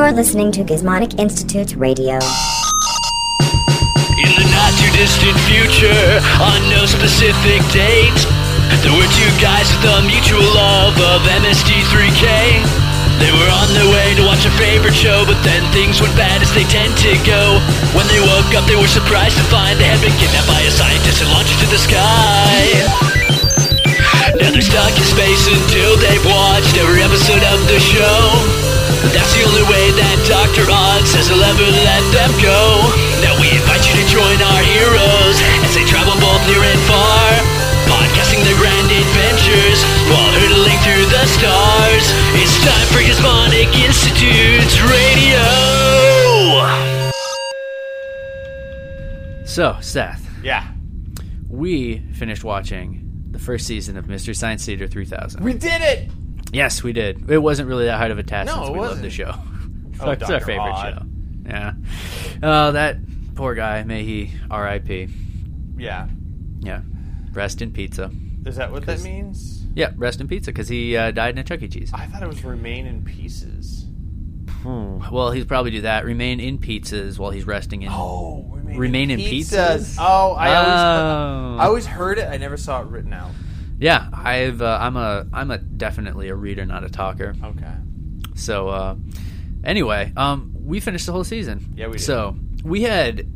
are listening to Gizmonic Institute Radio. In the not too distant future, on no specific date, there were two guys with a mutual love of MSD3K. They were on their way to watch a favorite show, but then things went bad as they tend to go. When they woke up, they were surprised to find they had been kidnapped by a scientist and launched into the sky. Now they're stuck in space until they've watched every episode of the show. That's the only way that Dr. Odd says he'll ever let them go. Now we invite you to join our heroes as they travel both near and far. Podcasting their grand adventures while hurtling through the stars. It's time for Gizmonic Institute's radio. So, Seth, Yeah. we finished watching the first season of Mystery Science Theater 3000. We did it! yes, we did. It wasn't really that hard of a task No, since it we loved wasn't. the show. Oh, it's our Dr. favorite Odd. show. Yeah. Oh, that poor guy. May he R.I.P. Yeah. Yeah. Rest in pizza. Is that what that means? Yeah, rest in pizza because he uh, died in a Chuck E. Cheese. I thought it was remain in pieces. Hmm. Well, he'll probably do that. Remain in pizzas while he's resting in. Oh, remain, Remain in pizzas? Oh, I always Oh. I always heard it. I never saw it written out. Yeah, I've uh, I'm a I'm a definitely a reader, not a talker. Okay. So uh, anyway, um, we finished the whole season. Yeah, we did. So we had,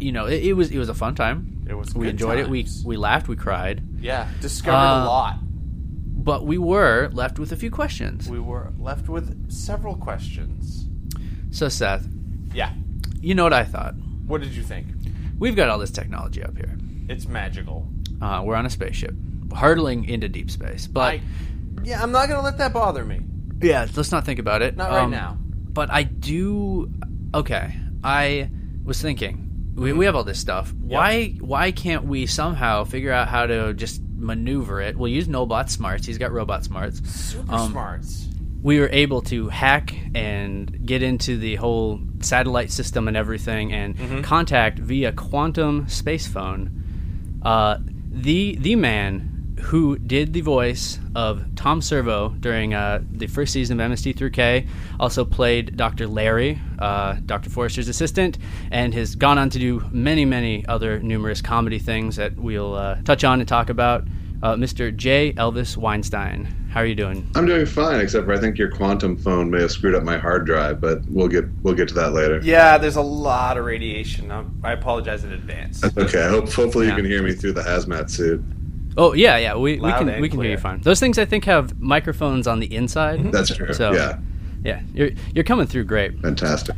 you know, it, it was it was a fun time. It was We good enjoyed it. We times. we laughed. We cried. Yeah, discovered Uh, a lot. But we were left with a few questions. We were left with several questions. So Seth, Yeah. you know what I thought? What did you think? We've got all this technology up here. It's magical. Uh, we're on a spaceship, hurtling into deep space. But I Yeah, I'm not going to let that bother me. yeah, let's not think about it. Not right Um, now. But I do. Okay, I was thinking we, Mm-hmm. we have all this stuff. Why why can't we somehow figure out how to just maneuver it? We'll use Nobot smarts. He's got robot smarts. Super um, smarts. We were able to hack and get into the whole satellite system and everything, and contact via quantum space phone uh, the the man who did the voice of Tom Servo during uh, the first season of MST3K also played Dr. Larry, uh, Dr. Forrester's assistant, and has gone on to do many, many other numerous comedy things that we'll uh, touch on and talk about. Uh, Mr. J. Elvis Weinstein, how are you doing? I'm doing fine, except for I think your quantum phone may have screwed up my hard drive, but we'll get we'll get to that later. Yeah, there's a lot of radiation. i I apologize in advance. Okay. I hope hopefully Yeah. you can hear me through the hazmat suit. Oh yeah, yeah, we, we Loud can and we can hear you clear. Mm-hmm. fine. Those things I think have microphones on the inside. That's true. So- Yeah. Yeah, you're you're coming through great. Fantastic.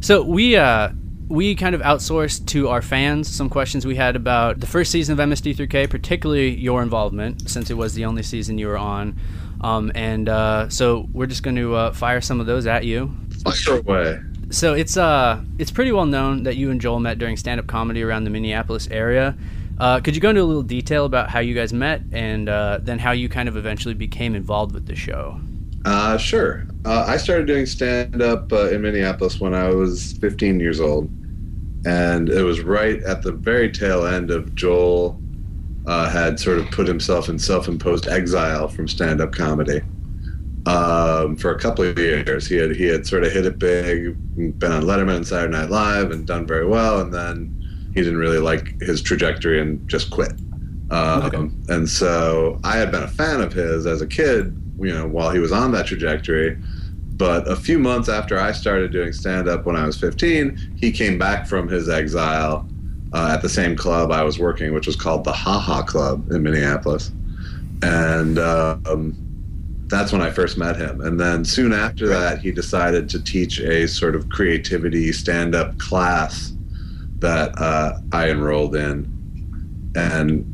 So we uh, we kind of outsourced to our fans some questions we had about the first season of MSD3K, particularly your involvement, since it was the only season you were on. Um, and uh, so we're just going to uh, fire some of those at you. Fire away. So it's uh, it's pretty well known that you and Joel met during stand-up comedy around the Minneapolis area. Uh, could you go into a little detail about how you guys met and uh, then how you kind of eventually became involved with the show? Uh, sure. Uh, I started doing stand up uh, in Minneapolis when I was 15 years old. And it was right at the very tail end of Joel uh, had sort of put himself in self imposed exile from stand up comedy. Um, for a couple of years, he had he had sort of hit it big, been on Letterman and Saturday Night Live, and done very well. And then he didn't really like his trajectory and just quit. Um, And so I had been a fan of his as a kid, you know, while he was on that trajectory. But a few months after I started doing stand up when I was 15, he came back from his exile uh, at the same club I was working, which was called the Ha Ha Club in Minneapolis. And uh, um, that's when I first met him. And then soon after that, he decided to teach a sort of creativity stand up class that uh, I enrolled in. And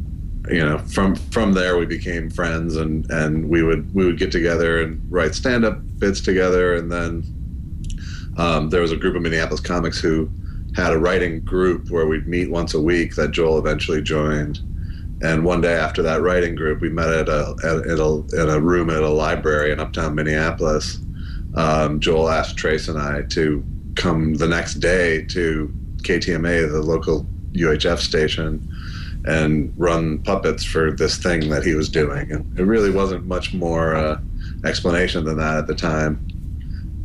you know from from there we became friends and and we would we would get together and write stand up bits together and then um, there was a group of minneapolis comics who had a writing group where we'd meet once a week that joel eventually joined and one day after that writing group we met at a at, at a, at a room at a library in uptown minneapolis um, joel asked trace and i to come the next day to ktma the local uhf station and run puppets for this thing that he was doing. And it really wasn't much more uh, explanation than that at the time.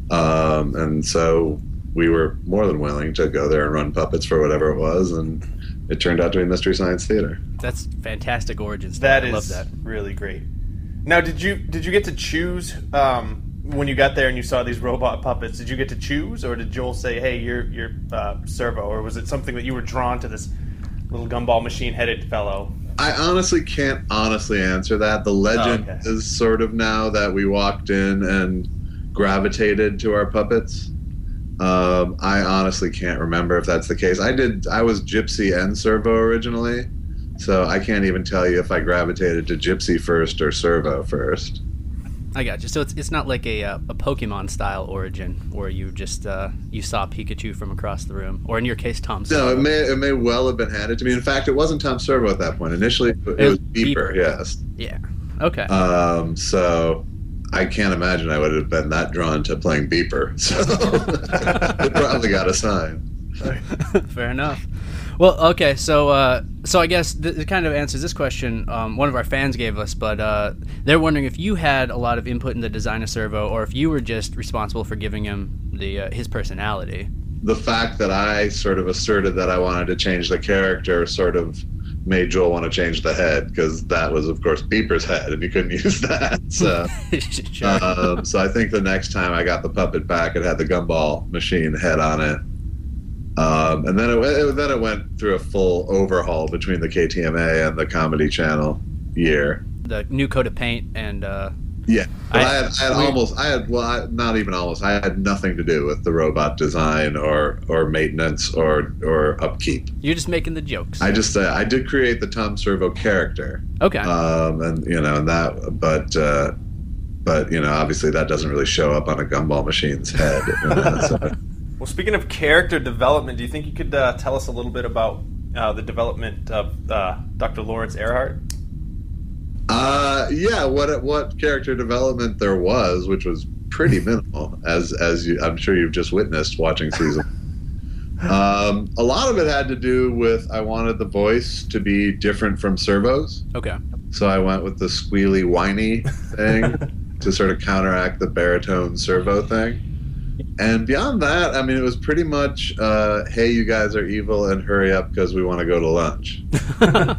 Um, and so we were more than willing to go there and run puppets for whatever it was. And it turned out to be Mystery Science Theater. That's fantastic origin story. That I is love that. really great. Now, did you did you get to choose um, when you got there and you saw these robot puppets? Did you get to choose, or did Joel say, "Hey, you're you're uh, Servo," or was it something that you were drawn to this little gumball machine-headed fellow? I honestly can't honestly answer that. The legend Oh, okay. is sort of now that we walked in and gravitated to our puppets. Um, I honestly can't remember if that's the case. I did. I was Gypsy and Servo originally, so I can't even tell you if I gravitated to Gypsy first or Servo first. I got you. So it's, it's not like a, uh, a Pokemon style origin where you just uh, you saw Pikachu from across the room, or in your case, Tom. No, Sawyer. it may it may well have been handed to me. In fact, it wasn't Tom Servo at that point. Initially, it, It was was Beeper. Beeper. Yes. Yeah. Okay. Um, so I can't imagine I would have been that drawn to playing Beeper. So it probably got a sign. Fair enough. Well, okay, so uh, so I guess th- it kind of answers this question um, one of our fans gave us, but uh, they're wondering if you had a lot of input in the design of Servo, or if you were just responsible for giving him the uh, his personality. The fact that I sort of asserted that I wanted to change the character sort of made Joel want to change the head because that was, of course, Beeper's head, and you couldn't use that. So, Sure. um, so I think the next time I got the puppet back, it had the gumball machine head on it. Um, and then it, it, then it went through a full overhaul between the KTMA and the Comedy Channel year. the new coat of paint and uh, Yeah, but I- I, had, I had we- almost, I had well, I, not even almost. I had nothing to do with the robot design or or maintenance or or upkeep. you're just making the jokes. I just, uh, I did create the Tom Servo character, okay. um, and you know, and that, but. Uh, but you know, obviously, that doesn't really show up on a gumball machine's head. you know, so- Well, speaking of character development, do you think you could uh, tell us a little bit about uh, the development of uh, Dr. Lawrence Earhart? Uh, yeah, what what character development there was, which was pretty minimal, as as you, I'm sure you've just witnessed watching season. um, a lot of it had to do with I wanted the voice to be different from Servo's, okay. so I went with the squealy whiny thing to sort of counteract the baritone Servo thing. And beyond that, I mean, it was pretty much, uh, hey, you guys are evil and hurry up because we want to go to lunch. Uh,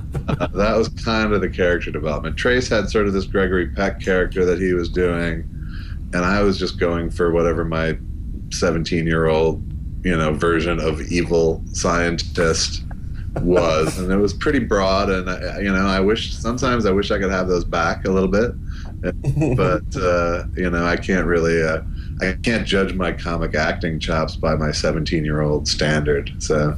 that was kind of the character development. Trace had sort of this Gregory Peck character that he was doing, and I was just going for whatever my 17 year old, you know, version of evil scientist was. and it was pretty broad, and, I, you know, I wish sometimes I wish I could have those back a little bit, but, uh, you know, I can't really. Uh, I can't judge my comic acting chops by my 17 year old standard. So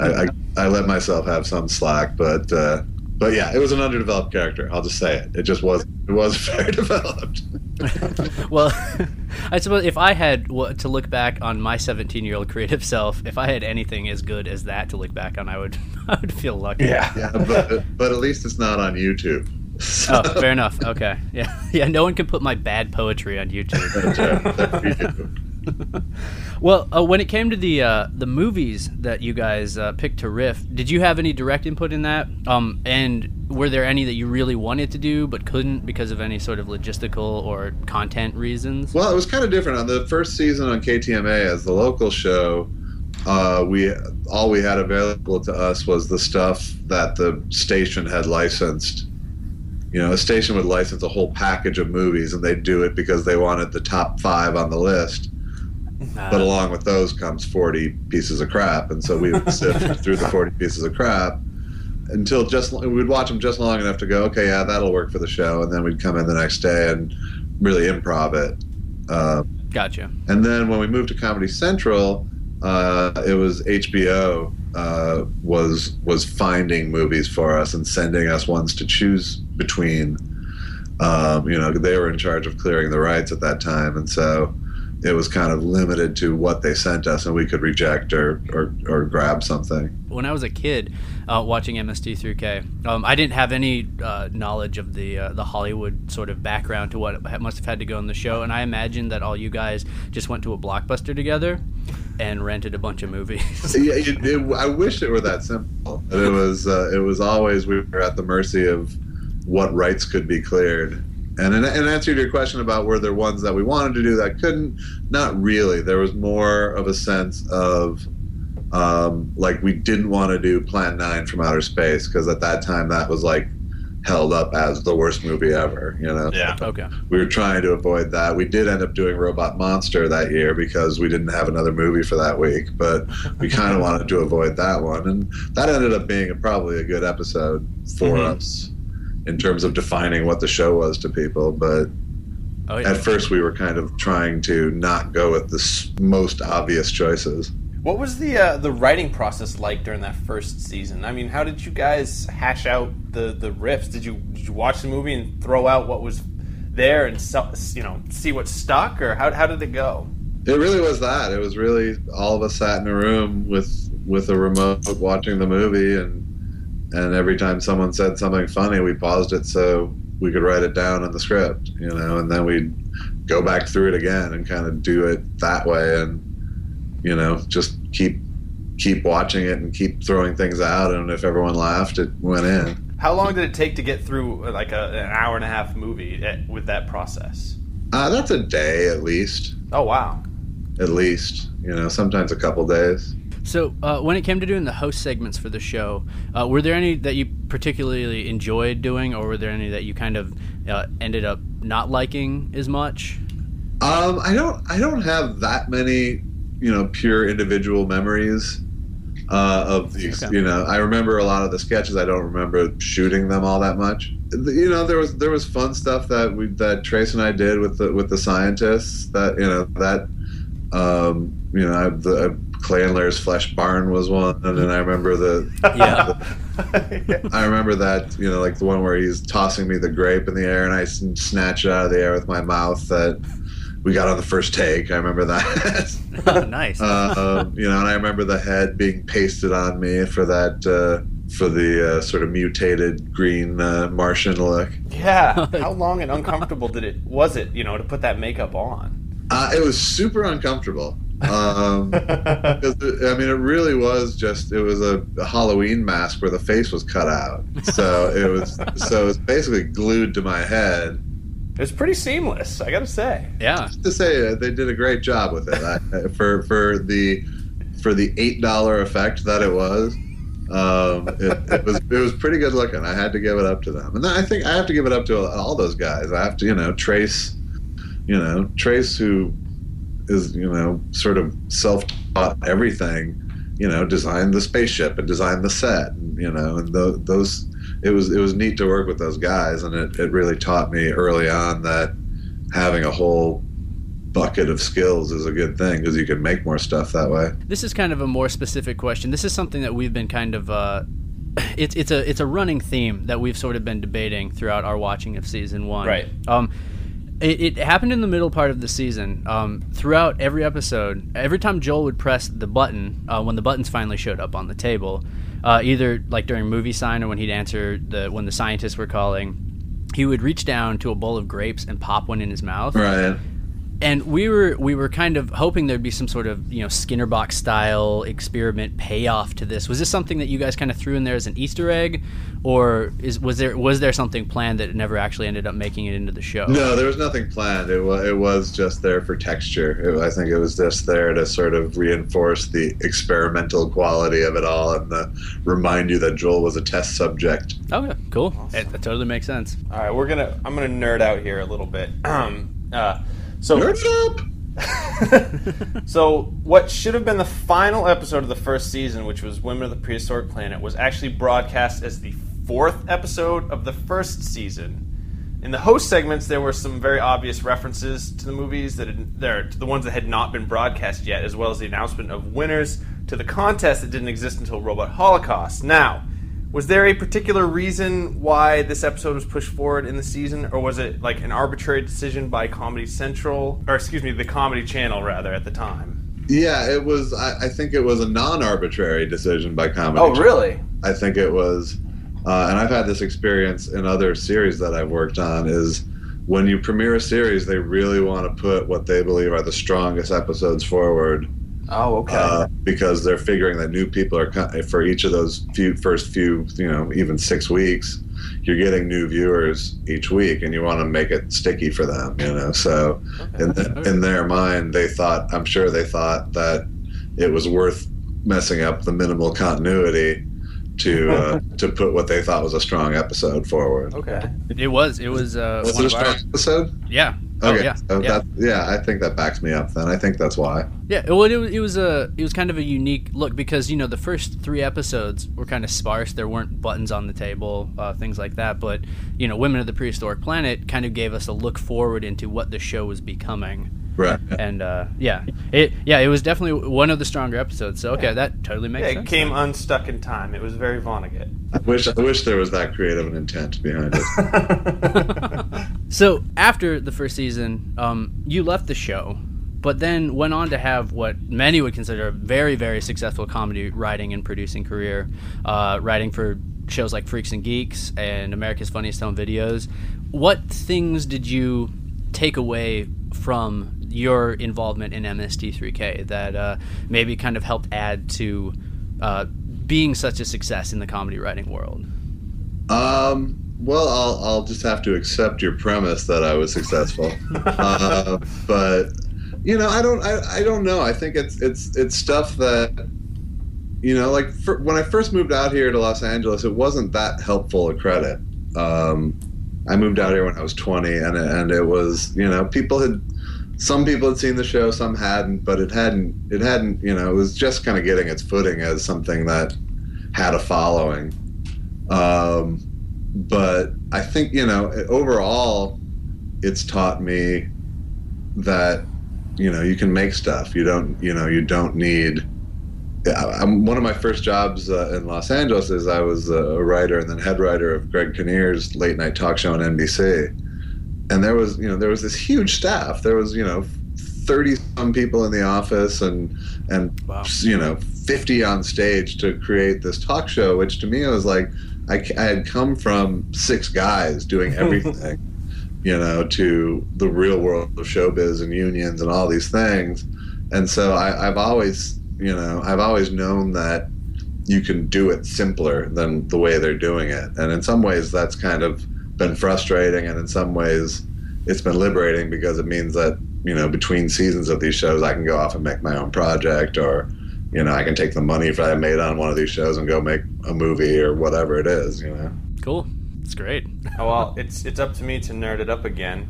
I, I, I let myself have some slack, but uh, but yeah, it was an underdeveloped character. I'll just say it. It just was it was very developed. Well, I suppose if I had wa- to look back on my 17 year old creative self, if I had anything as good as that to look back on, I would I would feel lucky. Yeah, but but at least it's not on YouTube. So, Oh, fair enough. Okay. Yeah. Yeah. No one can put my bad poetry on YouTube. yeah, there we go. well, uh, when it came to the uh, the movies that you guys uh, picked to riff, did you have any direct input in that? Um, and were there any that you really wanted to do but couldn't because of any sort of logistical or content reasons? Well, it was kind of different on the first season on KTMA as the local show. Uh, we all we had available to us was the stuff that the station had licensed. You know, a station would license a whole package of movies, and they'd do it because they wanted the top five on the list. But along with those comes 40 pieces of crap, and so we would sift through the 40 pieces of crap until just we'd watch them just long enough to go, okay, yeah, that'll work for the show, and then we'd come in the next day and really improv it. Uh, Gotcha. and then when we moved to Comedy Central, uh, it was HBO uh, was was finding movies for us and sending us ones to choose between. Um, you know, they were in charge of clearing the rights at that time, and so it was kind of limited to what they sent us, and we could reject or or, or grab something. when I was a kid uh, watching MST3K, um, I didn't have any uh, knowledge of the uh, the Hollywood sort of background to what it ha- must have had to go on the show, and I imagined that all you guys just went to a blockbuster together and rented a bunch of movies. yeah, it, it, I wish it were that simple. But it was. Uh, it was always we were at the mercy of what rights could be cleared, And in, in answer to your question about were there ones that we wanted to do that couldn't, not really. There was more of a sense of um, like we didn't want to do Plan 9 from Outer Space because at that time that was like held up as the worst movie ever, you know? Yeah. Okay. we were trying to avoid that. We did end up doing Robot Monster that year because we didn't have another movie for that week, but we kind of wanted to avoid that one. And that ended up being a, probably a good episode for Mhm. us in terms of defining what the show was to people. But Oh at yeah. first, we were kind of trying to not go with the s- most obvious choices. What was the uh, the writing process like during that first season? I mean, how did you guys hash out the the riffs? Did you did you watch the movie and throw out what was there and so, you know see what stuck, or how how did it go? It really was that. It was really all of us sat in a room with with a remote watching the movie, and and every time someone said something funny, we paused it so we could write it down in the script, you know, and then we'd go back through it again and kind of do it that way, and you know, just keep keep watching it and keep throwing things out, and if everyone laughed, it went in. How long did it take to get through uh, like a, an hour and a half movie eh, with that process? Uh, that's a day at least, Oh wow, at least, you know, sometimes a couple days. So uh, when it came to doing the host segments for the show, uh, were there any that you particularly enjoyed doing, or were there any that you kind of uh, ended up not liking as much? Um, I don't. I don't have that many, you know, pure individual memories uh, of the. Okay. You know, I remember a lot of the sketches. I don't remember shooting them all that much. The- You know, there was there was fun stuff that we that Trace and I did with the with the scientists. That you know that, um, you know, I, the Clay and Larry's Flesh Barn was one, and then I remember the Yeah. I remember that, you know, like the one where he's tossing me the grape in the air and I s- snatch it out of the air with my mouth that we got on the first take. I remember that. nice. uh, um, you know, and I remember the head being pasted on me for that, uh, for the uh, sort of mutated green uh, Martian look. yeah. How long and uncomfortable did it was it you know to put that makeup on? Uh, it was super uncomfortable. Um, 'cause it- I mean, it really was just it was a Halloween mask where the face was cut out, so it was so it was basically glued to my head. It was pretty seamless, I gotta say. yeah. to say uh, they did a great job with it I, for for the for the eight dollar effect that it was. Um, it, it was it was pretty good looking. I had to give it up to them, and I think I have to give it up to all those guys. I have to you know Trace, you know Trace who is you know sort of self taught everything. You know, designed the spaceship and designed the set. And, you know, and tho- those it was it was neat to work with those guys, and it, it really taught me early on that having a whole bucket of skills is a good thing because you can make more stuff that way. This is kind of a more specific question. This is something that we've been kind of uh, it's it's a it's a running theme that we've sort of been debating throughout our watching of season one. Right. Um, it, it happened in the middle part of the season. Um, throughout every episode, every time Joel would press the button uh, when the buttons finally showed up on the table, uh, either like during movie sign or when he'd answer the when the scientists were calling, he would reach down to a bowl of grapes and pop one in his mouth Right. and we were we were kind of hoping there'd be some sort of you know Skinner box style experiment payoff to this. Was this something that you guys kind of threw in there as an Easter egg, or is was there was there something planned that never actually ended up making it into the show? No, there was nothing planned. It was it was just there for texture. It, I think it was just there to sort of reinforce the experimental quality of it all and the, remind you that Joel was a test subject. Okay, Oh, cool. That, that totally makes sense. All right, we're gonna. I'm gonna nerd out here a little bit. Um, uh, so, Nerd it up. so what should have been the final episode of the first season, which was "Women of the Prehistoric Planet," was actually broadcast as the fourth episode of the first season. In the host segments, there were some very obvious references to the movies that had, there to the ones that had not been broadcast yet, as well as the announcement of winners to the contest that didn't exist until Robot Holocaust. Now. Was there a particular reason why this episode was pushed forward in the season, or was it like an arbitrary decision by Comedy Central, or excuse me, the Comedy Channel rather at the time? Yeah, it was. I, I think it was a non-arbitrary decision by comedy. Central. Oh, really? I think it was, uh, and I've had this experience in other series that I've worked on is when you premiere a series, they really want to put what they believe are the strongest episodes forward Oh, okay. uh, because they're figuring that new people are co- for each of those few first few you know even six weeks you're getting new viewers each week and you want to make it sticky for them you know so in, the, in their mind they thought i'm sure they thought that it was worth messing up the minimal continuity to uh, to put what they thought was a strong episode forward okay. It was. It was. Uh, was one it a of strong our- episode Yeah. Oh, okay yeah. so yeah. That, yeah i think that backs me up then i think that's why Yeah, well, it was, it was a it was kind of a unique look because you know the first three episodes were kind of sparse. There weren't buttons on the table, uh, things like that. But you know, Women of the Prehistoric Planet kind of gave us a look forward into what the show was becoming. right And uh, yeah, it yeah it was definitely one of the stronger episodes. So okay, that totally Yeah, makes it sense. came unstuck in time. It was very Vonnegut. I wish I wish there was that creative an intent behind it. So after the first season, um, you left the show, but then went on to have what many would consider a very, very successful comedy writing and producing career, uh, writing for shows like Freaks and Geeks and America's Funniest Home Videos. What things did you take away from your involvement in MST3K that uh, maybe kind of helped add to uh, being such a success in the comedy writing world? Um, well, I'll, I'll just have to accept your premise that I was successful. uh, but you know, I don't I, I don't know. I think it's it's it's stuff that you know, like for, when I first moved out here to Los Angeles, it wasn't that helpful a credit. Um, I moved out here when I was 20, and it- and it was you know people had some people had seen the show, some hadn't, but it hadn't it hadn't you know it was just kind of getting its footing as something that had a following. Um, but I think you know overall, it's taught me that you know you can make stuff. You don't you know you don't need. I- I'm, one of my first jobs uh, in Los Angeles is I was a writer and then head writer of Greg Kinnear's late night talk show on NBC, and there was you know there was this huge staff. There was you know thirty some people in the office and and Wow. you know fifty on stage to create this talk show, which to me was like I, I had come from six guys doing everything, you know, to the real world of showbiz and unions and all these things. And so I, I've always, you know, I've always known that you can do it simpler than the way they're doing it. And in some ways, that's kind of been frustrating. And in some ways, it's been liberating because it means that, you know, between seasons of these shows, I can go off and make my own project or, you know, I can take the money that I made on one of these shows and go make a movie or whatever it is, you know. Cool. It's great. oh, well, it's it's up to me to nerd it up again.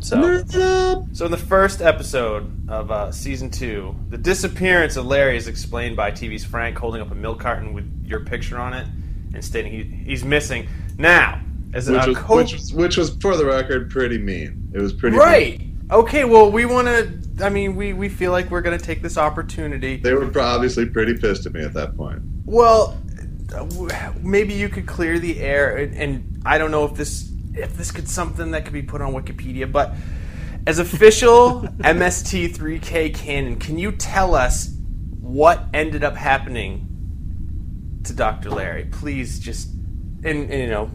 So. Nerd up. So in the first episode of uh, season two, the disappearance of Larry is explained by TV's Frank holding up a milk carton with your picture on it and stating he, he's missing. Now, as Which a was, co- which, was, which was, for the record, pretty mean. It was pretty mean. right? Okay, well we want to. I mean, we we feel like we're going to take this opportunity. They were pro- obviously pretty pissed at me at that point. Well, uh, w- maybe you could clear the air, and, and I don't know if this if this could something that could be put on Wikipedia, but as official MST3K canon, can you tell us what ended up happening to Dr. Larry? Please, just and, and, you know,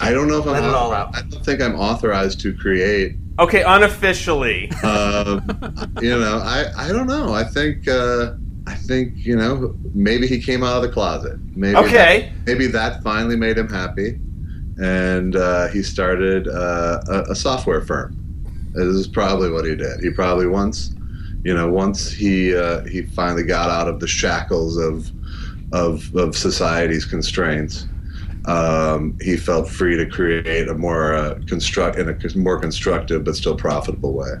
I don't know if I'm. Let it all author- out. I don't think I'm authorized to create. okay, unofficially. Um, you know, I, I don't know. I think uh, I think you know maybe he came out of the closet. Maybe Okay. That, maybe that finally made him happy, and uh, he started uh, a, a software firm. This is probably what he did. He probably once, you know, once he uh, he finally got out of the shackles of of of society's constraints. Um, he felt free to create a more uh, construct in a more constructive but still profitable way.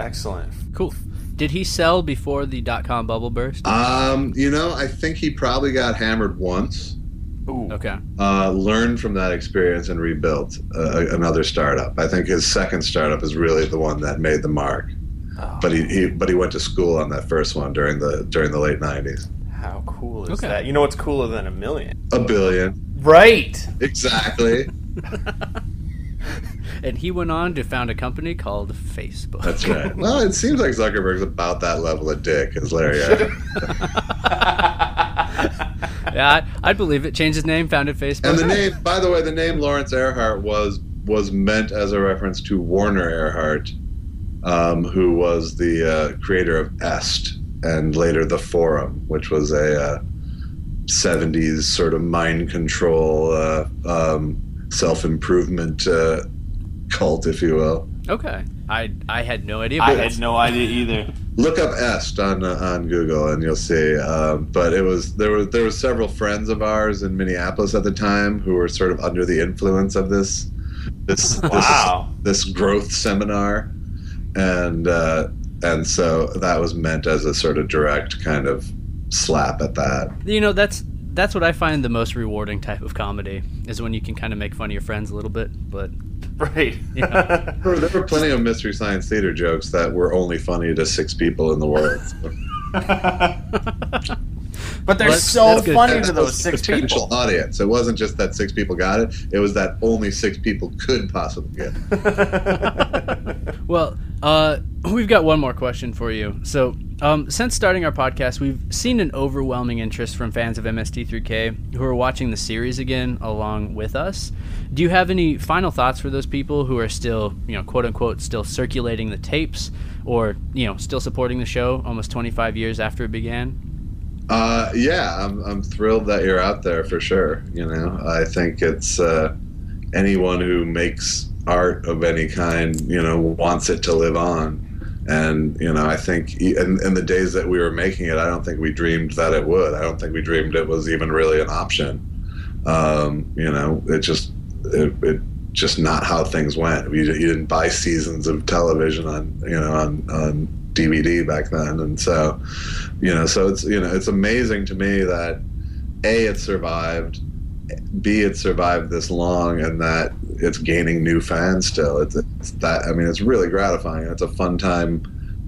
Excellent. Cool. Did he sell before the dot com bubble burst? Um, you know, I think he probably got hammered once, Ooh. Okay. uh, learned from that experience, and rebuilt uh, another startup. I think his second startup is really the one that made the mark. But he, he but he went to school on that first one during the during the late nineties. How cool is Okay. that? You know what's cooler than a million? A billion, Right. exactly. And he went on to found a company called Facebook. That's right. Well, it seems like Zuckerberg's about that level of dick as Larry. Ivey. yeah, I, I'd believe it. Changed his name, founded Facebook. And the name, by the way, the name Lawrence Earhart was was meant as a reference to Warner Earhart, um, who was the uh, creator of EST, and later the Forum, which was a uh, 70s sort of mind control, uh, um, self improvement uh, cult, if you will. Okay. I I had no idea. I about had that. no idea either. Look up Est on uh, on Google and you'll see. Um, but it was there were there were several friends of ours in Minneapolis at the time who were sort of under the influence of this this Wow. this, this growth seminar, and uh, and so that was meant as a sort of direct kind of slap at that. You know, that's that's what I find the most rewarding type of comedy is when you can kind of make fun of your friends a little bit, but Right. Yeah. There were, there were plenty of mystery science theater jokes that were only funny to six people in the world. but they're Let's- so that's good. funny That to was those the six potential people. audience. It wasn't just that six people got it; it was that only six people could possibly get. It. Well, uh, we've got one more question for you. So, um, since starting our podcast, we've seen an overwhelming interest from fans of MST3K who are watching the series again along with us. Do you have any final thoughts for those people who are still, you know, quote unquote, still circulating the tapes or, you know, still supporting the show almost 25 years after it began? Uh, yeah, I'm, I'm thrilled that you're out there for sure. You know, I think it's uh, anyone who makes art of any kind, you know, wants it to live on. And you know, I think e- in, in the days that we were making it, I don't think we dreamed that it would. I don't think we dreamed it was even really an option. Um, you know, it just it, it just not how things went. You, you didn't buy seasons of television on you know on on DVD back then, and so you know so it's you know it's amazing to me that a it survived b it survived this long and that it's gaining new fans still it's, it's that i mean it's really gratifying it's a fun time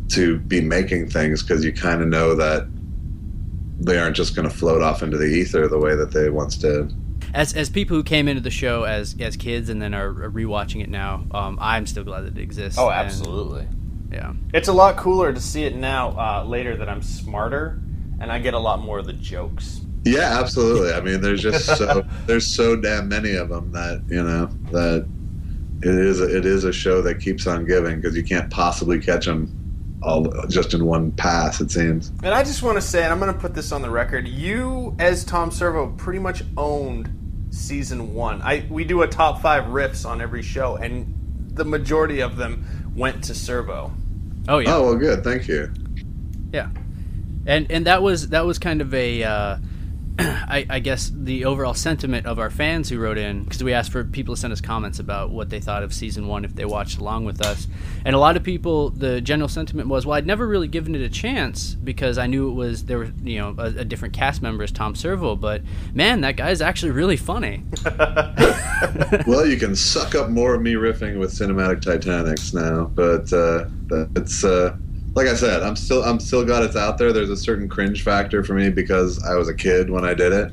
to be making things because you kind of know that they aren't just going to float off into the ether the way that they once did As, as people who came into the show as, as kids and then are rewatching it now, um, I'm still glad that it exists. Oh, and- absolutely. yeah. It's a lot cooler to see it now uh, later that I'm smarter and I get a lot more of the jokes. yeah absolutely i mean there's just so there's so damn many of them that you know that it is a, it is a show that keeps on giving because you can't possibly catch them all just in one pass it seems And I just want to say, and I'm going to put this on the record: you, as Tom Servo, pretty much owned season one. I we do a top five riffs on every show, and the majority of them went to Servo. Oh, yeah. oh well good thank you Yeah, and and that was that was kind of a, uh, I, I guess the overall sentiment of our fans who wrote in because we asked for people to send us comments about what they thought of season one if they watched along with us, and a lot of people the general sentiment was well I'd never really given it a chance because I knew it was there were you know a, a different cast member as Tom Servo but man that guy is actually really funny well you can suck up more of me riffing with cinematic titanics now but uh that- it's uh like I said, I'm still I'm still glad it's out there. There's a certain cringe factor for me because I was a kid when I did it,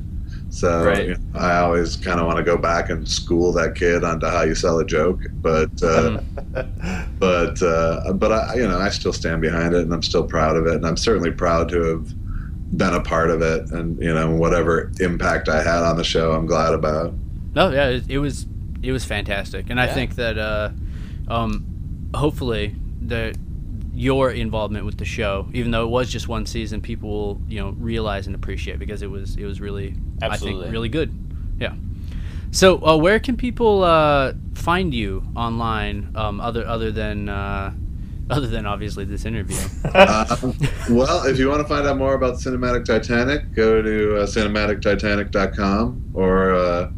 so Right. you know, I always kind of want to go back and school that kid onto how you sell a joke. But uh, but uh, but I you know I still stand behind it and I'm still proud of it and I'm certainly proud to have been a part of it and you know whatever impact I had on the show I'm glad about. No, yeah, it, it was it was fantastic, and I think that uh, um, hopefully the your involvement with the show, even though it was just one season, people will you know realize and appreciate because it was it was really I Absolutely. think really good. Yeah. So uh, where can people uh, find you online um, other other than uh, other than obviously this interview? Um, well, if you want to find out more about Cinematic Titanic, go to uh, cinematictitanic.com or uh,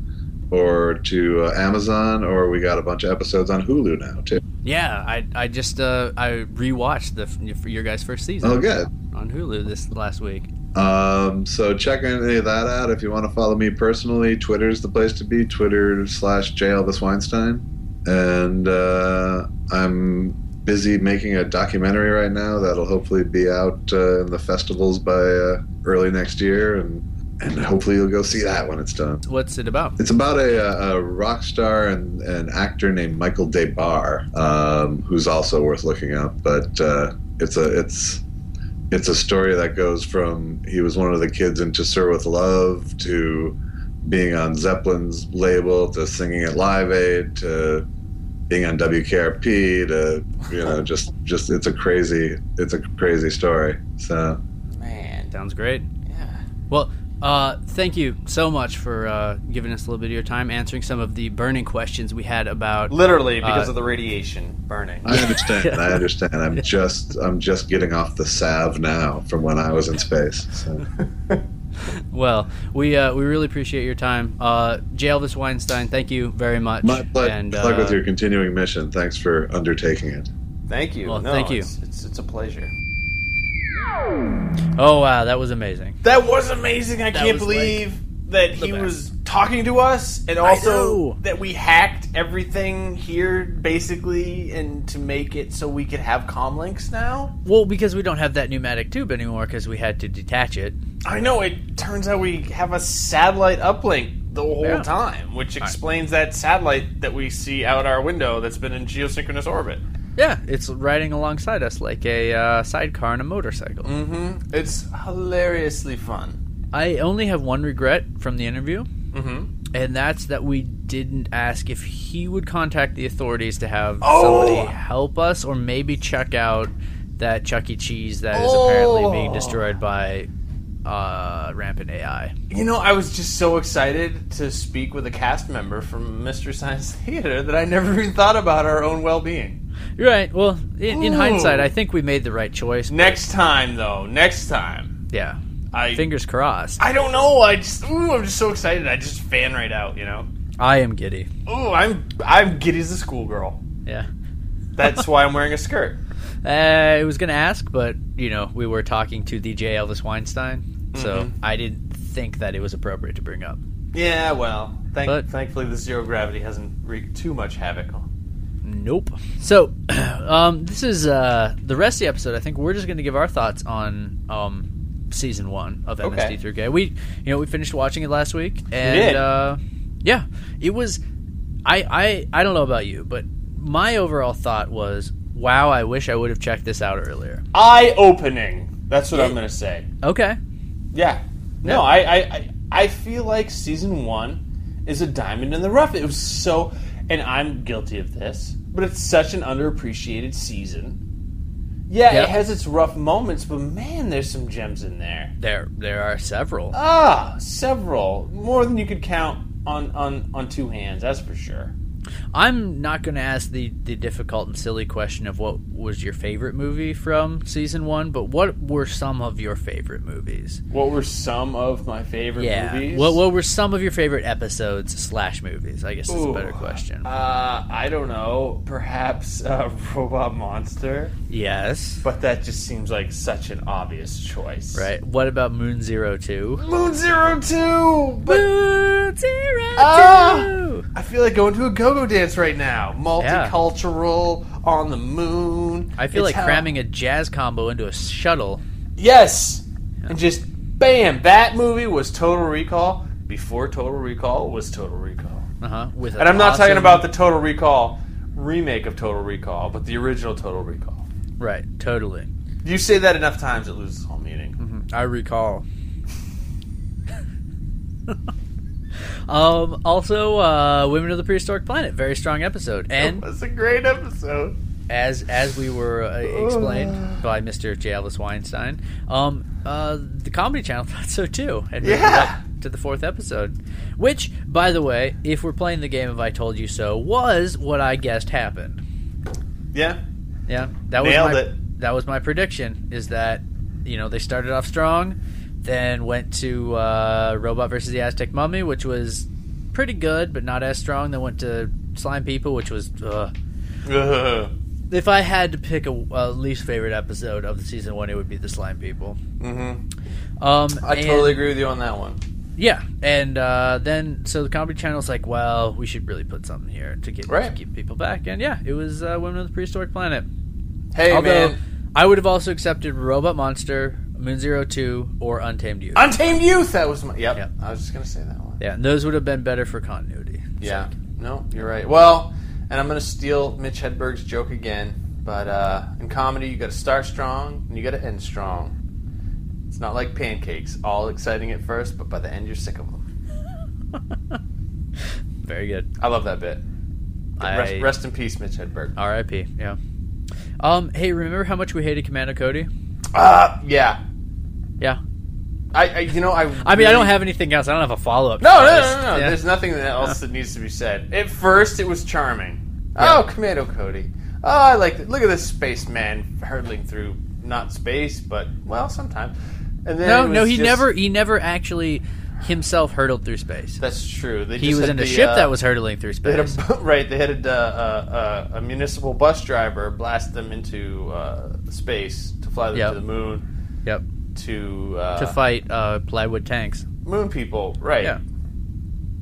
or to uh, Amazon, or we got a bunch of episodes on Hulu now too. yeah, I I just uh, I rewatched the f- your guys' first season Oh, good. on Hulu this last week. Um, so check any of that out. If you want to follow me personally, Twitter's the place to be. Twitter slash J Elvis Weinstein, and uh, I'm busy making a documentary right now that'll hopefully be out uh, in the festivals by uh, early next year, and and hopefully you'll go see that when it's done. What's it about? It's about a, a, a rock star and an actor named Michael DeBar, um, who's also worth looking up. But uh, it's a it's it's a story that goes from he was one of the kids in To Sir with Love to being on Zeppelin's label to singing at Live Aid to being on WKRP to you know just just it's a crazy it's a crazy story. So Sounds great. Yeah. Well, uh, thank you so much for uh, giving us a little bit of your time, answering some of the burning questions we had about. Literally because Uh, of the radiation burning. I understand. I understand. I'm just I'm just getting off the salve now from when I was in space. So. Well, we uh, we really appreciate your time, uh, J. Elvis Weinstein. Thank you very much. My ple- And, luck with uh, your continuing mission. Thanks for undertaking it. Thank you. Well, no, thank you. It's, it's, it's a pleasure. Oh wow, that was amazing. That was amazing. I can't was, like, believe that the he best. was talking to us and know. also that we hacked everything here basically and to make it so we could have comlinks now. Well, because we don't have that pneumatic tube anymore, because we had to detach it. I know it turns out we have a satellite uplink the whole Yeah. time, which explains that satellite that we see out our window that's been in geosynchronous orbit. Yeah, it's riding alongside us like a uh, sidecar and a motorcycle. Mm. Mm-hmm. It's hilariously fun. I only have one regret from the interview, mm-hmm. and that's that we didn't ask if he would contact the authorities to have somebody help us, or maybe check out that Chuck E. Cheese that is apparently being destroyed by uh, rampant AI. You know, I was just so excited to speak with a cast member from Mr. Science Theater that I never even thought about our own well-being. You're right. Well, in, in Ooh. hindsight, I think we made the right choice. but- Next time, though, next time, yeah. I Fingers crossed. I don't know. I just ooh, I'm just so excited. I just fan right out. You know. I am giddy. Ooh, I'm I'm giddy as a schoolgirl. Yeah. That's why I'm wearing a skirt. Uh, I was gonna ask, but you know, we were talking to DJ Elvis Weinstein, so I didn't think that it was appropriate to bring up. Yeah, well, thank, But- thankfully the zero gravity hasn't wreaked too much havoc. on. Nope. So, um, this is uh, the rest of the episode. I think we're just gonna give our thoughts on um, season one of Okay. MSD3K. We, you know, we finished watching it last week, and did. Uh, yeah, it was. I, I, I don't know about you, but my overall thought was, wow, I wish I would have checked this out earlier. Eye opening. That's what I'm gonna say. Okay. Yeah. No, Yeah. I, I, I, I feel like season one is a diamond in the rough. It was so, and I'm guilty of this, but it's such an underappreciated season. Yeah, Yeah. it has its rough moments, but man, there's some gems in there. There, there are several. Ah, several more than you could count on on on two hands. That's for sure. I'm not going to ask the, the difficult and silly question of what was your favorite movie from season one, but what were some of your favorite movies? What were some of my favorite Yeah. movies? What, what were some of your favorite episodes slash movies? I guess is a Ooh, better question. Uh, I don't know. Perhaps uh, Robot Monster, yes. but that just seems like such an obvious choice, Right. What about Moon Zero Two? Moon Zero Two. But Moon Zero Ah! I feel like going to a go-go dance right now. Yeah. Multicultural on the moon. I feel It's like how- cramming a jazz combo into a shuttle. Yes, and just bam. That movie was Total Recall. Before Total Recall was Total Recall. Uh huh. With And I'm not talking about the Total Recall remake of Total Recall, but the original Total Recall. right. Totally. You say that enough times, it loses all meaning. I recall. um, also, uh, Women of the Prehistoric Planet, very strong episode. And That's a great episode. as as we were uh, Oh, explained by Mr. J. Elvis Weinstein, um, uh, the Comedy Channel thought so too, and moved it Yeah. up to the fourth episode. Which, by the way, if we're playing the game of I Told You So, was what I guessed happened. Yeah. Yeah, that was Nailed my, it. That was my prediction. Is that you know they started off strong, then went to uh, Robot versus the Aztec Mummy, which was pretty good but not as strong. Then went to Slime People, which was. Uh, mm-hmm. if I had to pick a, a least favorite episode of the season one, it would be the Slime People. Um, I and- totally agree with you on that one. yeah, and uh, then so the Comedy Channel's like, well, we should really put something here to get Right. to keep people back, and yeah, it was uh, Women of the Prehistoric Planet. Hey, Although man. I would have also accepted Robot Monster, Moon Zero Two, or Untamed Youth. Untamed Youth. That was my. Yep. Yep. I was just gonna say that one. yeah, and those would have been better for continuity. Yeah. No, you're right. Well, and I'm gonna steal Mitch Hedberg's joke again. But uh, in comedy, you got to start strong and you got to end strong. It's not like pancakes, all exciting at first, but by the end, you're sick of them. Very good. I love that bit. Rest, I- rest in peace, Mitch Hedberg. R.I.P. Yeah. Um. Hey, remember how much we hated Commando Cody? Uh, yeah. Yeah. I, I you know I. I mean, I don't have anything else. I don't have a follow up. No, no, no, no. no. There's nothing else that needs to be said. At first, it was charming. Oh, Commando Cody. Oh, I like it. Look at this spaceman hurtling through not space, but well, sometimes. And then no, it was no. He just- never, he never actually himself hurtled through space. That's true. They He just was had in a the, ship uh, that was hurtling through They had space. a, right, they had a, uh, uh, a municipal bus driver blast them into uh, space to fly them Yep. to the moon Yep. to uh, To fight uh, plywood tanks. moon people. Right. Yeah.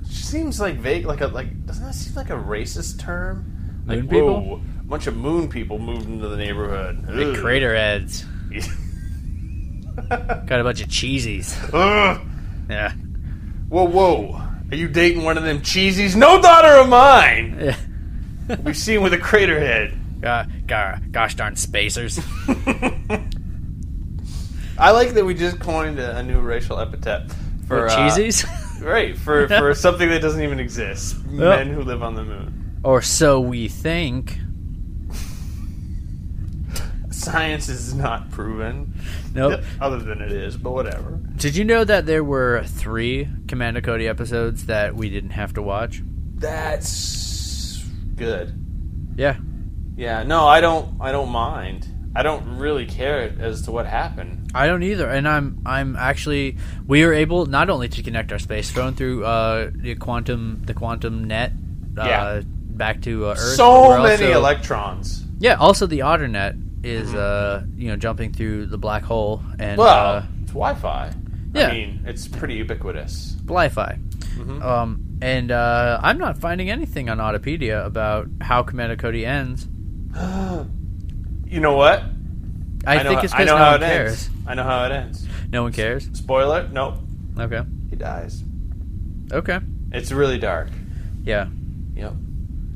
Seems like vague, like a like. Doesn't that seem like a racist term? Moon like, people? Whoa, a bunch of moon people moved into the neighborhood. Big Ugh. crater heads. Got a bunch of cheesies. Ugh. Yeah. Whoa, whoa! Are you dating one of them cheesies? No daughter of mine. Yeah. We've seen with a crater head. Go- go- gosh darn spacers. I like that we just coined a, a new racial epithet for Or uh, cheesies? right? For for something that doesn't even exist. Yep. Men who live on the moon. or so we think. Science is not proven, Nope. other than it is. But whatever. Did you know that there were three Commando Cody episodes that we didn't have to watch? That's good. Yeah. Yeah. No, I don't. I don't mind. I don't really care as to what happened. I don't either, and I'm I'm actually we are able not only to connect our space phone through uh, the quantum the quantum net uh, Yeah. back to uh, Earth. but so we're many Mm-hmm. also- electrons. Yeah, also the Otternet is uh you know jumping through the black hole and Well, uh, it's Wi-Fi. yeah. I mean, it's pretty ubiquitous. Li-Fi. Mm-hmm. Um, and uh, I'm not finding anything on Autopedia about how Commando Cody ends. You know what? Oh. I, think how- it's because no know how one it cares. ends. I know how it ends. No one cares. Spoiler? Nope. Okay. He dies. Okay. It's really dark. Yeah. Yep.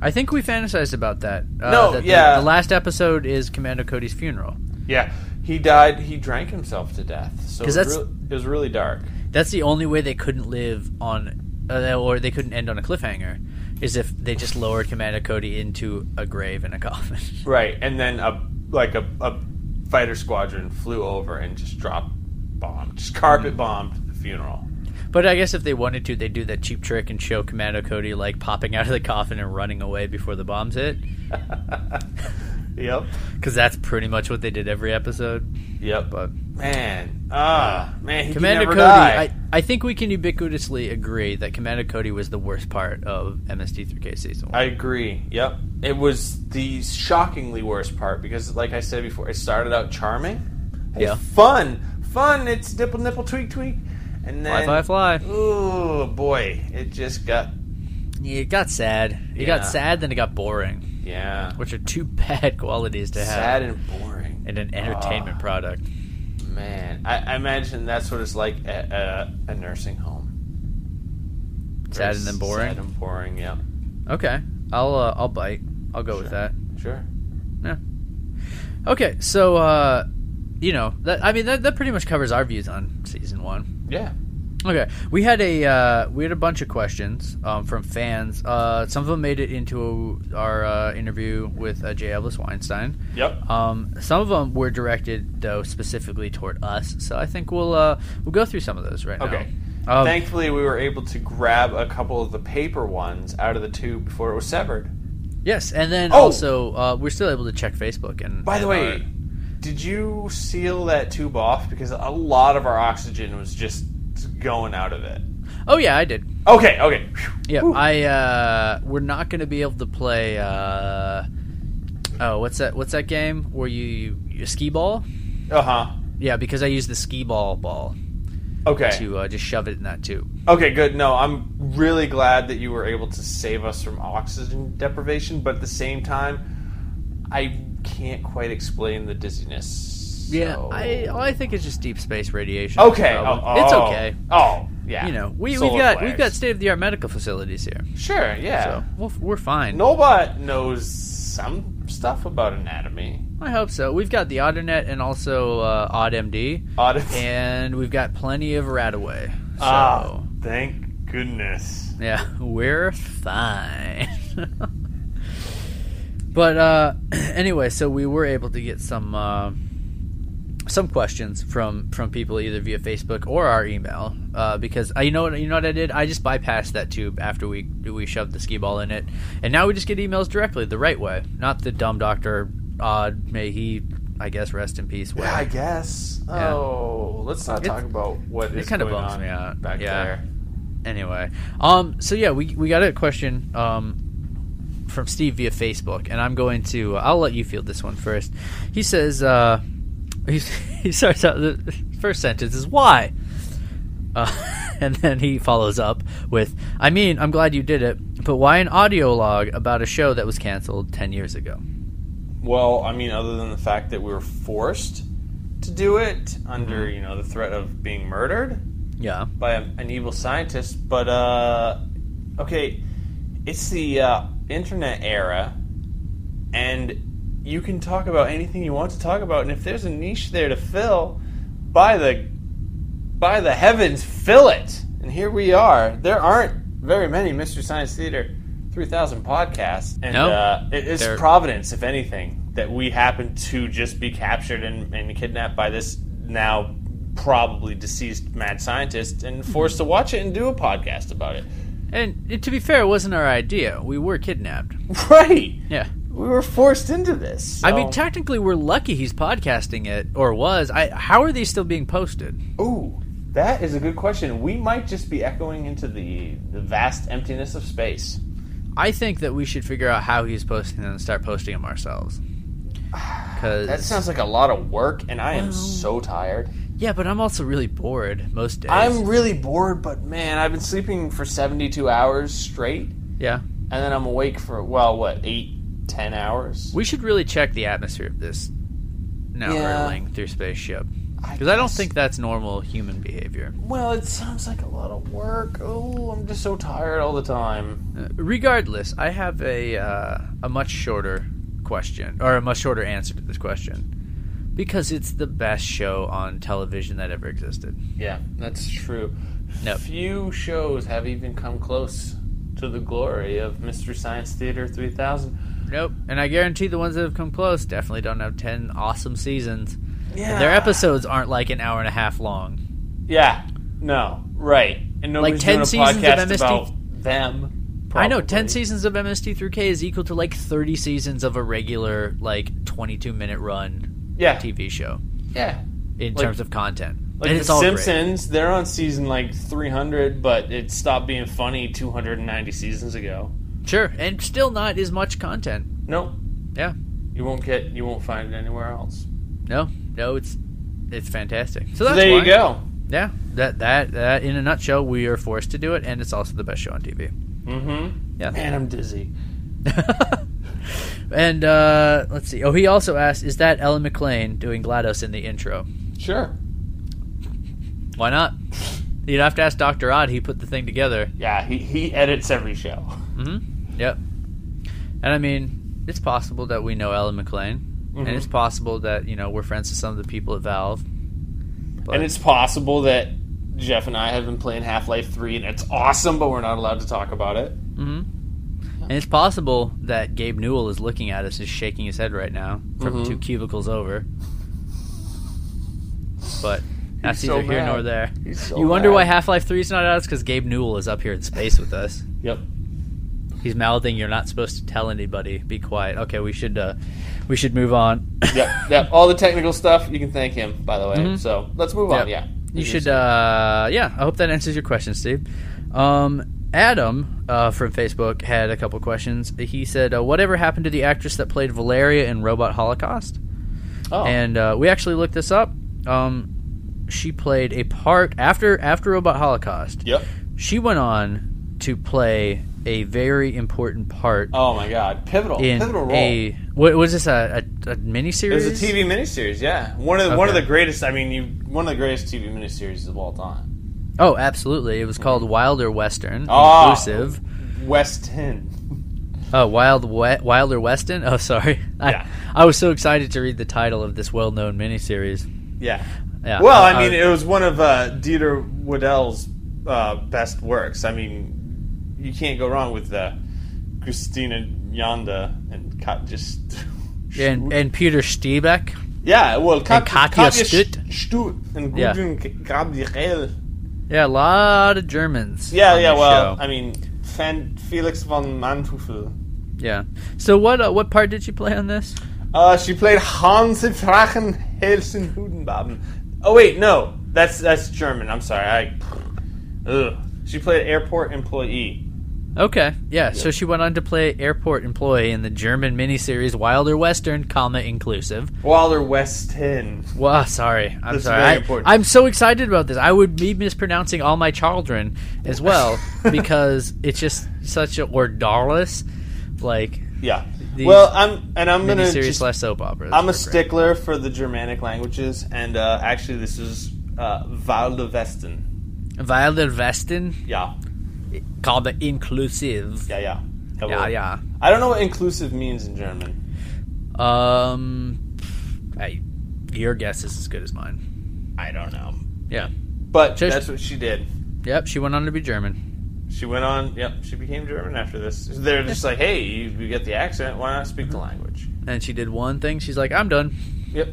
I think we fantasized about that. Uh, No, that the- yeah. The, last episode is Commando Cody's funeral. Yeah. He died. He drank himself to death. So 'Cause it was, that's- really, it was really dark. That's the only way they couldn't live on, uh, or they couldn't end on a cliffhanger, is if they just lowered Commando Cody into a grave in a coffin. Right. And then a like a, a fighter squadron flew over and just dropped bombed, just carpet bombed the funeral. but I guess if they wanted to, they'd do that cheap trick and show Commando Cody like popping out of the coffin and running away before the bombs hit. Yep. because that's pretty much what they did every episode. Yep. But man. Ah, man. He could Commander never Cody, die. I, I think we can ubiquitously agree that Commander Cody was the worst part of MSD3K season one. I agree. Yep. It was the shockingly worst part because, like I said before, it started out charming. Hey, Yeah. Fun. Fun. It's nipple, nipple, tweak, tweak. And then. fly, fly, fly. Ooh, boy. It just got. It got sad. It Yeah. got sad, then it got boring, Yeah. which are two bad qualities to have Sad Ah. and boring. in an entertainment product. Man. I, I imagine that's what it's like at a, a nursing home. Very Sad and then boring? Sad and boring, yep. Okay, I'll uh, I'll bite. I'll go with that. Sure. Yeah. Okay, so uh, you know that I mean that that pretty much covers our views on season one. Yeah. Okay, we had a uh, we had a bunch of questions um, from fans. Uh, some of them made it into our uh, interview with uh, J. Elvis Weinstein. Yep. Um, some of them were directed though specifically toward us, so I think we'll uh, we'll go through some of those right Okay. now. Um, Thankfully, we were able to grab a couple of the paper ones out of the tube before it was severed. Yes, and then Oh! also uh, we're still able to check Facebook and. By and the way, our- did you seal that tube off? Because a lot of our oxygen was just going out of it. oh yeah, I did. Okay, okay. Yeah, I uh, we're not going to be able to play. Uh, oh, what's that? What's that game where you, you ski ball? Uh huh. Yeah, because I use the skee ball ball Okay. to uh, just shove it in that tube. Okay, good. No, I'm really glad that you were able to save us from oxygen deprivation, but at the same time, I can't quite explain the dizziness. so- I all I think is just deep space radiation. Okay. Um, Oh, oh. it's okay. Oh, yeah. You know, we Solar we've got flares. we've got state of the art medical facilities here, Sure, yeah. so we'll, we're fine. Nobot knows some stuff about anatomy. I hope so. We've got the Otternet and also uh, OddMD, Odd- and we've got plenty of Radaway. So Ah, thank goodness. yeah, we're fine. But uh, anyway, so we were able to get some uh, some questions from from people either via Facebook or our email uh, because I you know what you know what I did I just bypassed that tube after we we shoved the skee ball in it and now we just get emails directly the right way not the dumb doctor odd may he I guess rest in peace way I guess. Yeah. Oh, let's not It- talk about what is it kind of going bums on me out back yeah there. anyway um so yeah we we got a question um from Steve via Facebook, and I'm going to. uh, I'll let you field this one first. He says, uh, he, he starts out, the first sentence is, why? Uh, and then he follows up with, I mean, I'm glad you did it, but why an audio log about a show that was canceled 10 years ago? Well, I mean, other than the fact that we were forced to do it under, you know, the threat of being murdered Yeah. by a, an evil scientist, but uh, okay, it's the uh, internet era, and you can talk about anything you want to talk about, and if there's a niche there to fill, by the by the heavens, fill it. And here we are. There aren't very many Mystery Science Theater 3000 podcasts, and No. uh, it is There- providence, if anything, that we happen to just be captured and, and kidnapped by this now probably deceased mad scientist and Mm-hmm. forced to watch it and do a podcast about it. And uh, to be fair, it wasn't our idea. We were kidnapped. Right. Yeah. We were forced into this. I mean, so- technically, we're lucky he's podcasting it, or was. I. How are these still being posted? Ooh, that is a good question. We might just be echoing into the, the vast emptiness of space. I think that we should figure out how he's posting them and start posting them ourselves. Cause That sounds like a lot of work, and I am so tired. yeah, but I'm also really bored most days. I'm really bored, but man, I've been sleeping for 72 hours straight, and yeah. then I'm awake for, well, what, eight, ten hours? We should really check the atmosphere of this now Yeah. hurling through spaceship because I, don't guess- think that's normal human behavior. Well, it sounds like a lot of work. Oh, I'm just so tired all the time. Uh, regardless, I have a uh, a much shorter question or a much shorter answer to this question because it's the best show on television that ever existed. Yeah, that's true. Nope. Few shows have even come close to the glory of Mr. Science Theater 3000. Nope. And I guarantee the ones that have come close definitely don't have 10 awesome seasons. Yeah. Their episodes aren't like an hour and a half long. Yeah. No. Right. And nobody's 10 doing a seasons of podcast MST about them. I know 10 probably. seasons of MST through K is equal to like 30 seasons of a regular like 22 minute run Yeah. TV show Yeah. in Like- terms of content. Like and the it's all great. Simpsons, they're on season like 300, but it stopped being funny 290 seasons ago. Sure. And still not as much content. Nope. Yeah. You won't get you won't find it anywhere else. No. No, it's it's fantastic. So that's there why. you go. Yeah. That that that in a nutshell we are forced to do it and it's also the best show on TV. Mhm. Yeah. Man, I'm dizzy. and uh, let's see. Oh, he also asked, "Is that Ellen McLean doing Glados in the intro? Sure. Why not?" You'd have to ask Doctor Odd. He put the thing together. Mm-hmm. Yeah, he, he edits every show. Yep. And I mean, it's possible that we know Ellen McLean, and Mm-hmm. it's possible that you know we're friends with some of the people at Valve. But And it's possible that Jeff and I have been playing Half-Life 3 and it's awesome, but we're not allowed to talk about it. and it's possible that Gabe Newell is looking at us, is shaking his head right now from Mm-hmm. two cubicles over. But that's so neither here mad. nor there. He's so you wonder mad. why Half Life Three is not out? It's because Gabe Newell is up here in space with us. Yep. He's mouthing, "You're not supposed to tell anybody. Be quiet." Okay, we should, uh, we should move on. Yep. Yep. All the technical stuff, you can thank him, by the way. So let's move on. Mm-hmm. Yep. Yeah. You should, uh, yeah. I hope that answers your question, Steve. Um, Adam uh, from Facebook had a couple questions. He said, uh, "Whatever happened to the actress that played Valeria in Robot Holocaust?" Oh. And uh, we actually looked this up. Um, she played a part after after Robot Holocaust. Yep. She went on to play a very important part Oh my God. Pivotal. in Pivotal role. a what was this a a, a miniseries? It was a TV miniseries, yeah. One of the, one of Okay. the greatest. I mean, you one of the greatest TV miniseries of all time. Oh, absolutely! It was called Wilder Western, Ah. inclusive. West Hen. Oh, Wild we- Wilder Weston. Oh, sorry. I, Yeah. I was so excited to read the title of this well-known miniseries. Yeah. Yeah. Well, Uh, I mean, it was one of uh, Dieter Waddell's uh, best works. I mean, you can't go wrong with uh, Christina Yonda and Kat just. and and Peter Stiebeck. Yeah, well, Kat- Katja Sch- Stutt. Stutt and Yeah. Gudrun G- Gabriel. Yeah, a lot of Germans. Yeah, on yeah. this Well, show. I mean, Fan- Felix von Manteuffel. yeah. So what uh, what part did you play on this? Uh, she played Hans im Frachen Helsen Hudenbaben. Oh wait, no, that's that's German. I'm sorry. I, ugh. She played airport employee. Okay, yeah. So she went on to play airport employee in the German miniseries Wilder Western, comma inclusive. Waller West Ten. Well, sorry, I'm That's sorry. very I, important. I'm so excited about this. I would be mispronouncing all my children as well because it's just such a or Darlis, like Yeah. These well, I'm and I'm gonna miniseries just, slash soap opera. I'm a stickler for the Germanic languages, and uh, actually, this is uh, Wilder Westen. Wilder Westen, Yeah, comma inclusive. yeah, yeah. Yeah, yeah. I don't know what inclusive means in German. Um, I, your guess is as good as mine. I don't know. Yeah. But Just- that's what she did. Yep. She went on to be German. She went on. Yep, she became German after this. They're just like, hey, you, you get the accent. Why not speak the language? And she did one thing. She's like, I'm done. Mm-hmm. Yep.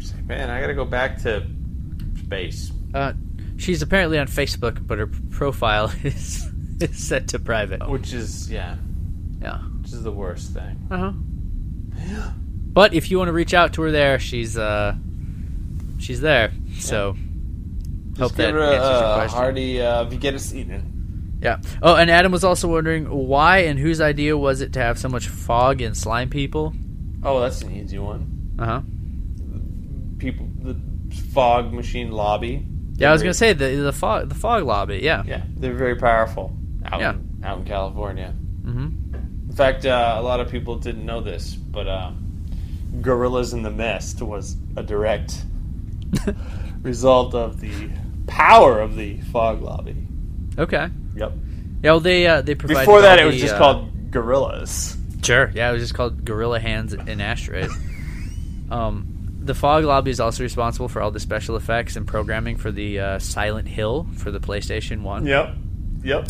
She's like, Man, I gotta go back to space. Uh, she's apparently on Facebook, but her profile is, is set to private. Which is yeah, Yeah. which is the worst thing. Uh huh. But if you want to reach out to her there, she's uh, she's there. So hope Just that give her answers your a, a question. hearty uh, "Wie geht es Ihnen?" Yeah. Oh, and Adam was also wondering why and whose idea was it to have so much fog and slime people? Oh, that's an easy one. Uh huh. People, the fog machine lobby. Yeah, I was They're- gonna say the the fog the fog lobby. Yeah. Yeah, they're very powerful out Yeah. in, out in California. hmm In fact, uh, a lot of people didn't know this, but uh, "Gorillas in the Mist" was a direct result of the power of the fog lobby. Okay. Yep. Yeah. Well, they uh, they provided. Before that, all it was the, just uh, called "Gorillas." Sure. Yeah, it was just called Gorilla Hands in Asteroid. um, the fog lobby is also responsible for all the special effects and programming for the uh, Silent Hill for the PlayStation One. Yep. Yep.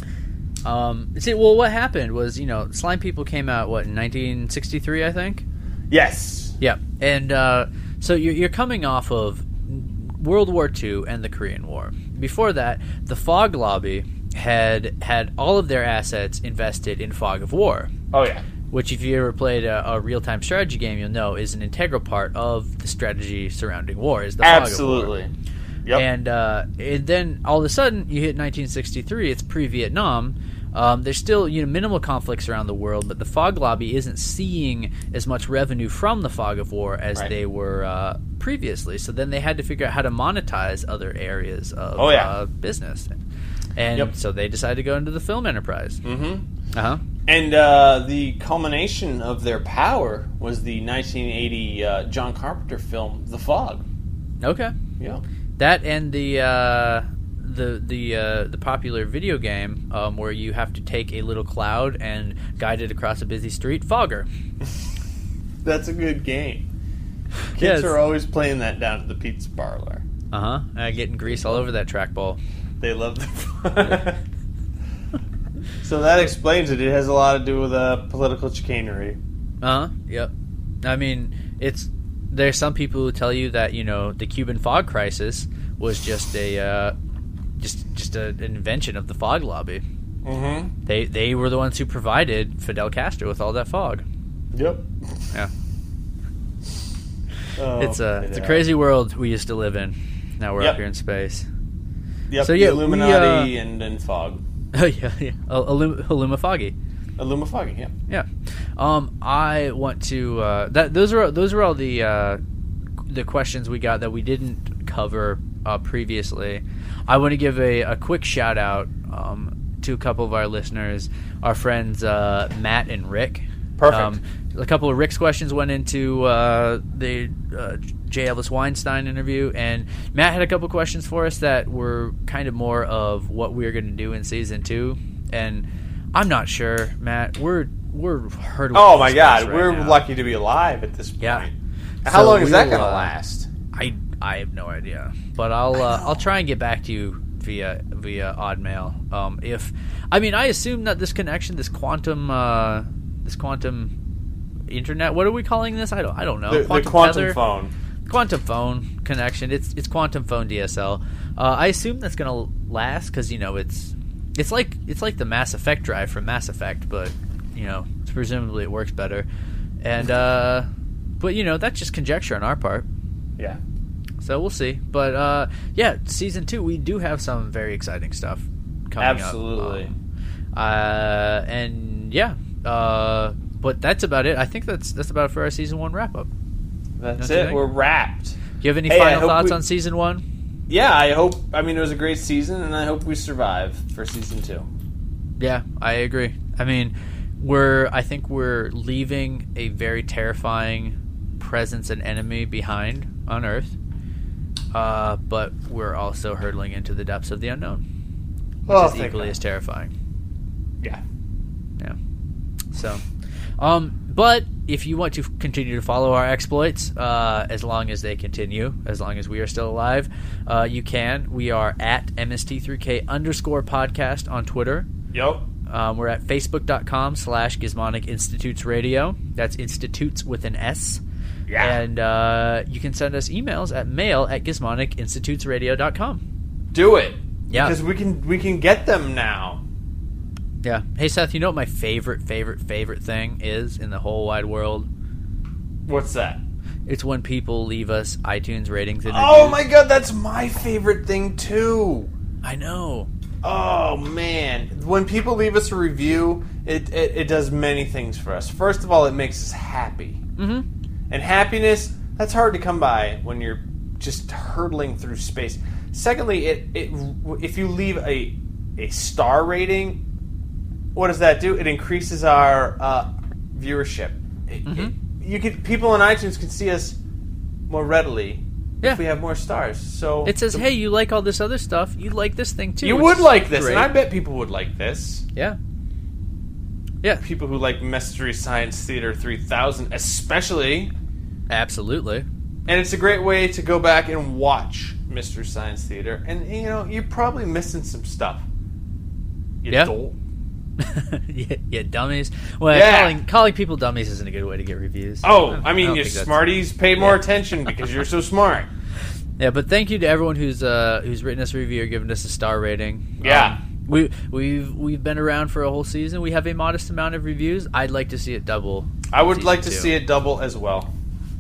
Um, see, well, what happened was, you know, Slime People came out what in 1963, I think. Yes. Yeah, and uh, so you're, you're coming off of World War II and the Korean War. Before that, the Fog Lobby had had all of their assets invested in Fog of War, Oh yeah. which, if you ever played a, a real time strategy game, you'll know is an integral part of the strategy surrounding war. Is the Fog of War. Absolutely. Yep. And uh, and then all of a sudden, you hit 1963. It's pre-Vietnam. Um, there's still you know minimal conflicts around the world, but the fog lobby isn't seeing as much revenue from the fog of war as Right. they were uh, previously. So then they had to figure out how to monetize other areas of Oh, yeah. uh, business, and Yep. so they decided to go into the film enterprise. Mm-hmm. Uh huh. And uh, the culmination of their power was the 1980 uh, John Carpenter film *The Fog*. Okay. Yeah. That and the uh, the the uh, the popular video game um, where you have to take a little cloud and guide it across a busy street, Fogger. That's a good game. Kids Yes. are always playing that down at the pizza parlor. Uh Uh-huh. huh. Uh, getting grease all over that trackball. They love the. so that explains it. It has a lot to do with uh, political chicanery. Uh-huh. Uh huh. Yep. I mean, it's there's some people who tell you that you know the Cuban fog crisis was just a uh, just just a, an invention of the fog lobby. Mm-hmm. They they were the ones who provided Fidel Castro with all that fog. Yep. Yeah. Oh, it's a it's a yeah. crazy world we used to live in. Now we're Yep. up here in space. Yep, so, the yeah, we, uh, Illuminati and, and fog. Oh yeah, yeah. Illum- Illumafoggy. Illumifog, yeah. Yeah. Um, I want to. Uh, that those are those are all the uh, the questions we got that we didn't cover uh, previously. I want to give a, a quick shout out um, to a couple of our listeners, our friends uh, Matt and Rick. Um, Perfect. a couple of Rick's questions went into uh, the uh, J. Elvis Weinstein interview, and Matt had a couple questions for us that were kind of more of what we are going to do in season two. And I'm not sure, Matt. We're we're hurtling. Oh for my space god, right we're now. lucky to be alive at this point. Yeah. How So long is we that will, going to uh, last? I I have no idea, but I'll uh, I'll try and get back to you via via odd mail. Um, if I mean, I assume that this connection, this quantum, uh, this quantum internet. What are we calling this? I don't I don't know. The, the quantum tether? phone. quantum phone connection. It's it's quantum phone DSL. Uh, I assume that's gonna last because you know it's it's like it's like the Mass Effect drive from Mass Effect, but you know presumably it works better. And uh, but you know that's just conjecture on our part. Yeah. So we'll see. But uh, yeah, season two, we do have some very exciting stuff coming Absolutely. up. Um, uh, and yeah, uh, but that's about it. I think that's that's about it for our season one wrap up. That's Don't you it. think? We're wrapped. Do you have any Hey, I final hope thoughts we- on season one? Yeah, I hope. I mean, it was a great season, and I hope we survive for season two. Yeah, I agree. I mean, we're I think we're leaving a very terrifying presence and enemy behind on Earth. Uh, but we're also hurtling into the depths of the unknown, which Oh, is thank equally God. as terrifying. Yeah. Yeah. So, um, but if you want to continue to follow our exploits, uh, as long as they continue, as long as we are still alive, uh, you can. We are at MST3K underscore podcast on Twitter. Yep. Um, we're at facebook.com slash Gizmonic Institutes Radio. That's institutes with an S. Yeah. And uh, you can send us emails at mail at gizmonicinstitutesradio.com. Do it. Yeah. Because we can we can get them now. Yeah. Hey, Seth, you know what my favorite, favorite, favorite thing is in the whole wide world? What's that? It's when people leave us iTunes ratings and Oh my reviews. god, that's my favorite thing too. I know. Oh man, when people leave us a review, it, it it does many things for us. First of all, it makes us happy. Mm-hmm. And happiness that's hard to come by when you're just hurtling through space. Secondly, it it if you leave a a star rating, what does that do? It increases our uh, viewership. It- it- you could people on iTunes can see us more readily Yeah. if we have more stars. So It says, the- "Hey, you like all this other stuff? You like this thing too? you which would is like this, great. and I bet people would like this. yeah, yeah, people who like Mystery Science Theater 3000, especially. absolutely. And it's a great way to go back and watch Mystery Science Theater. And, you know, you're probably missing some stuff. You Yeah. dolt. yeah, yeah, dummies. Well, Yeah. calling calling people dummies isn't a good way to get reviews. Oh, I I mean, don't you think that's- smarties, pay more Yeah. attention because you're so smart. Yeah, but thank you to everyone who's uh who's written us a review or given us a star rating. Yeah. Um, we we've we've been around for a whole season. We have a modest amount of reviews. I'd like to see it double. I would Season like to two. see it double as well.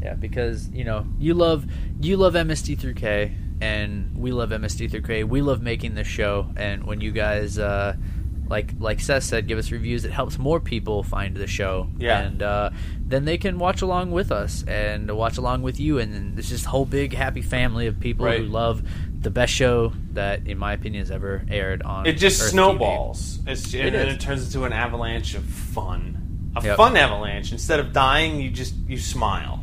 Yeah, because you know you love you love MST3K, and we love MST3K. We love making this show, and when you guys uh, like like Seth said, give us reviews, it helps more people find the show. Yeah. and uh, then they can watch along with us and watch along with you, and then there's this whole big happy family of people Right. who love the best show that, in my opinion, has ever aired on. It just Earth TV. snowballs. It's, and then is. it turns into an avalanche of fun. A Yep. fun avalanche. Instead of dying, you just you smile.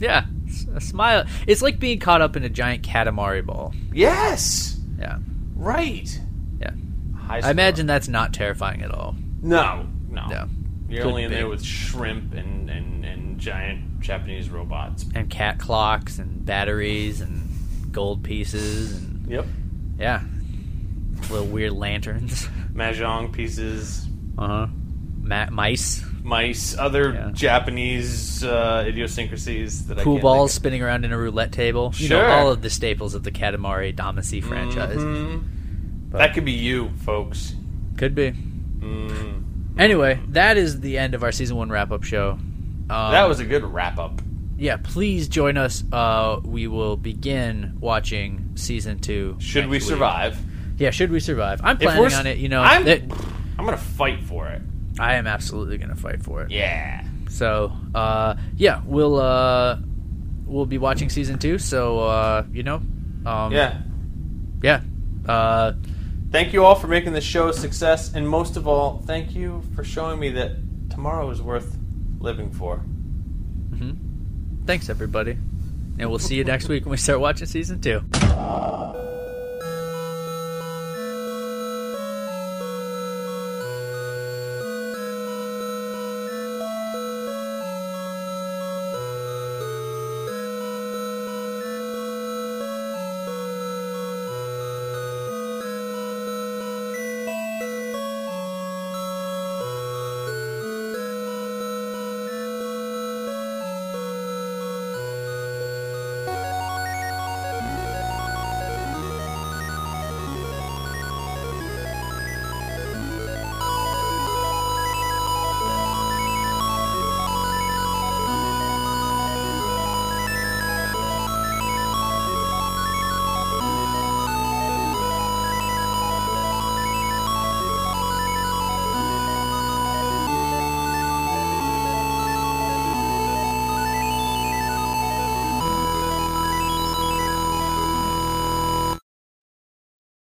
Yeah, s- a smile. It's like being caught up in a giant catamari ball. Yes. Yeah, Right. yeah. High I score. imagine that's not terrifying at all. No, no. No. You're Could only in be. there with shrimp and, and, and giant Japanese robots. And cat clocks and batteries and gold pieces and Yep. yeah, little weird lanterns. Mahjong pieces, Uh huh. Uh-huh. Ma- mice, mice, other Yeah. Japanese uh, idiosyncrasies that I pool can't balls spinning around in a roulette table. You know uh, Sure. Mm-hmm. all of the staples of the Katamari Damacy think of. franchise. Mhm. That could be you, folks. Could be. Mm. Um, Anyway, that is the end of our season one wrap up show. Um, That was a good wrap up. yeah. Please join us. Uh, we will begin watching season two. Should next we week. survive? Yeah, should we survive? I'm we're planning s- on it. You know, I'm- that- I'm gonna fight for it. I am absolutely gonna fight for it. Yeah. So uh, yeah, we'll uh, we'll be watching season two. So uh, you know, um, Yeah. yeah. Uh, Thank you all for making the show a success, and most of all, thank you for showing me that tomorrow is worth living for. mm-hmm. thanks everybody, and we'll see you next week when we start watching season two.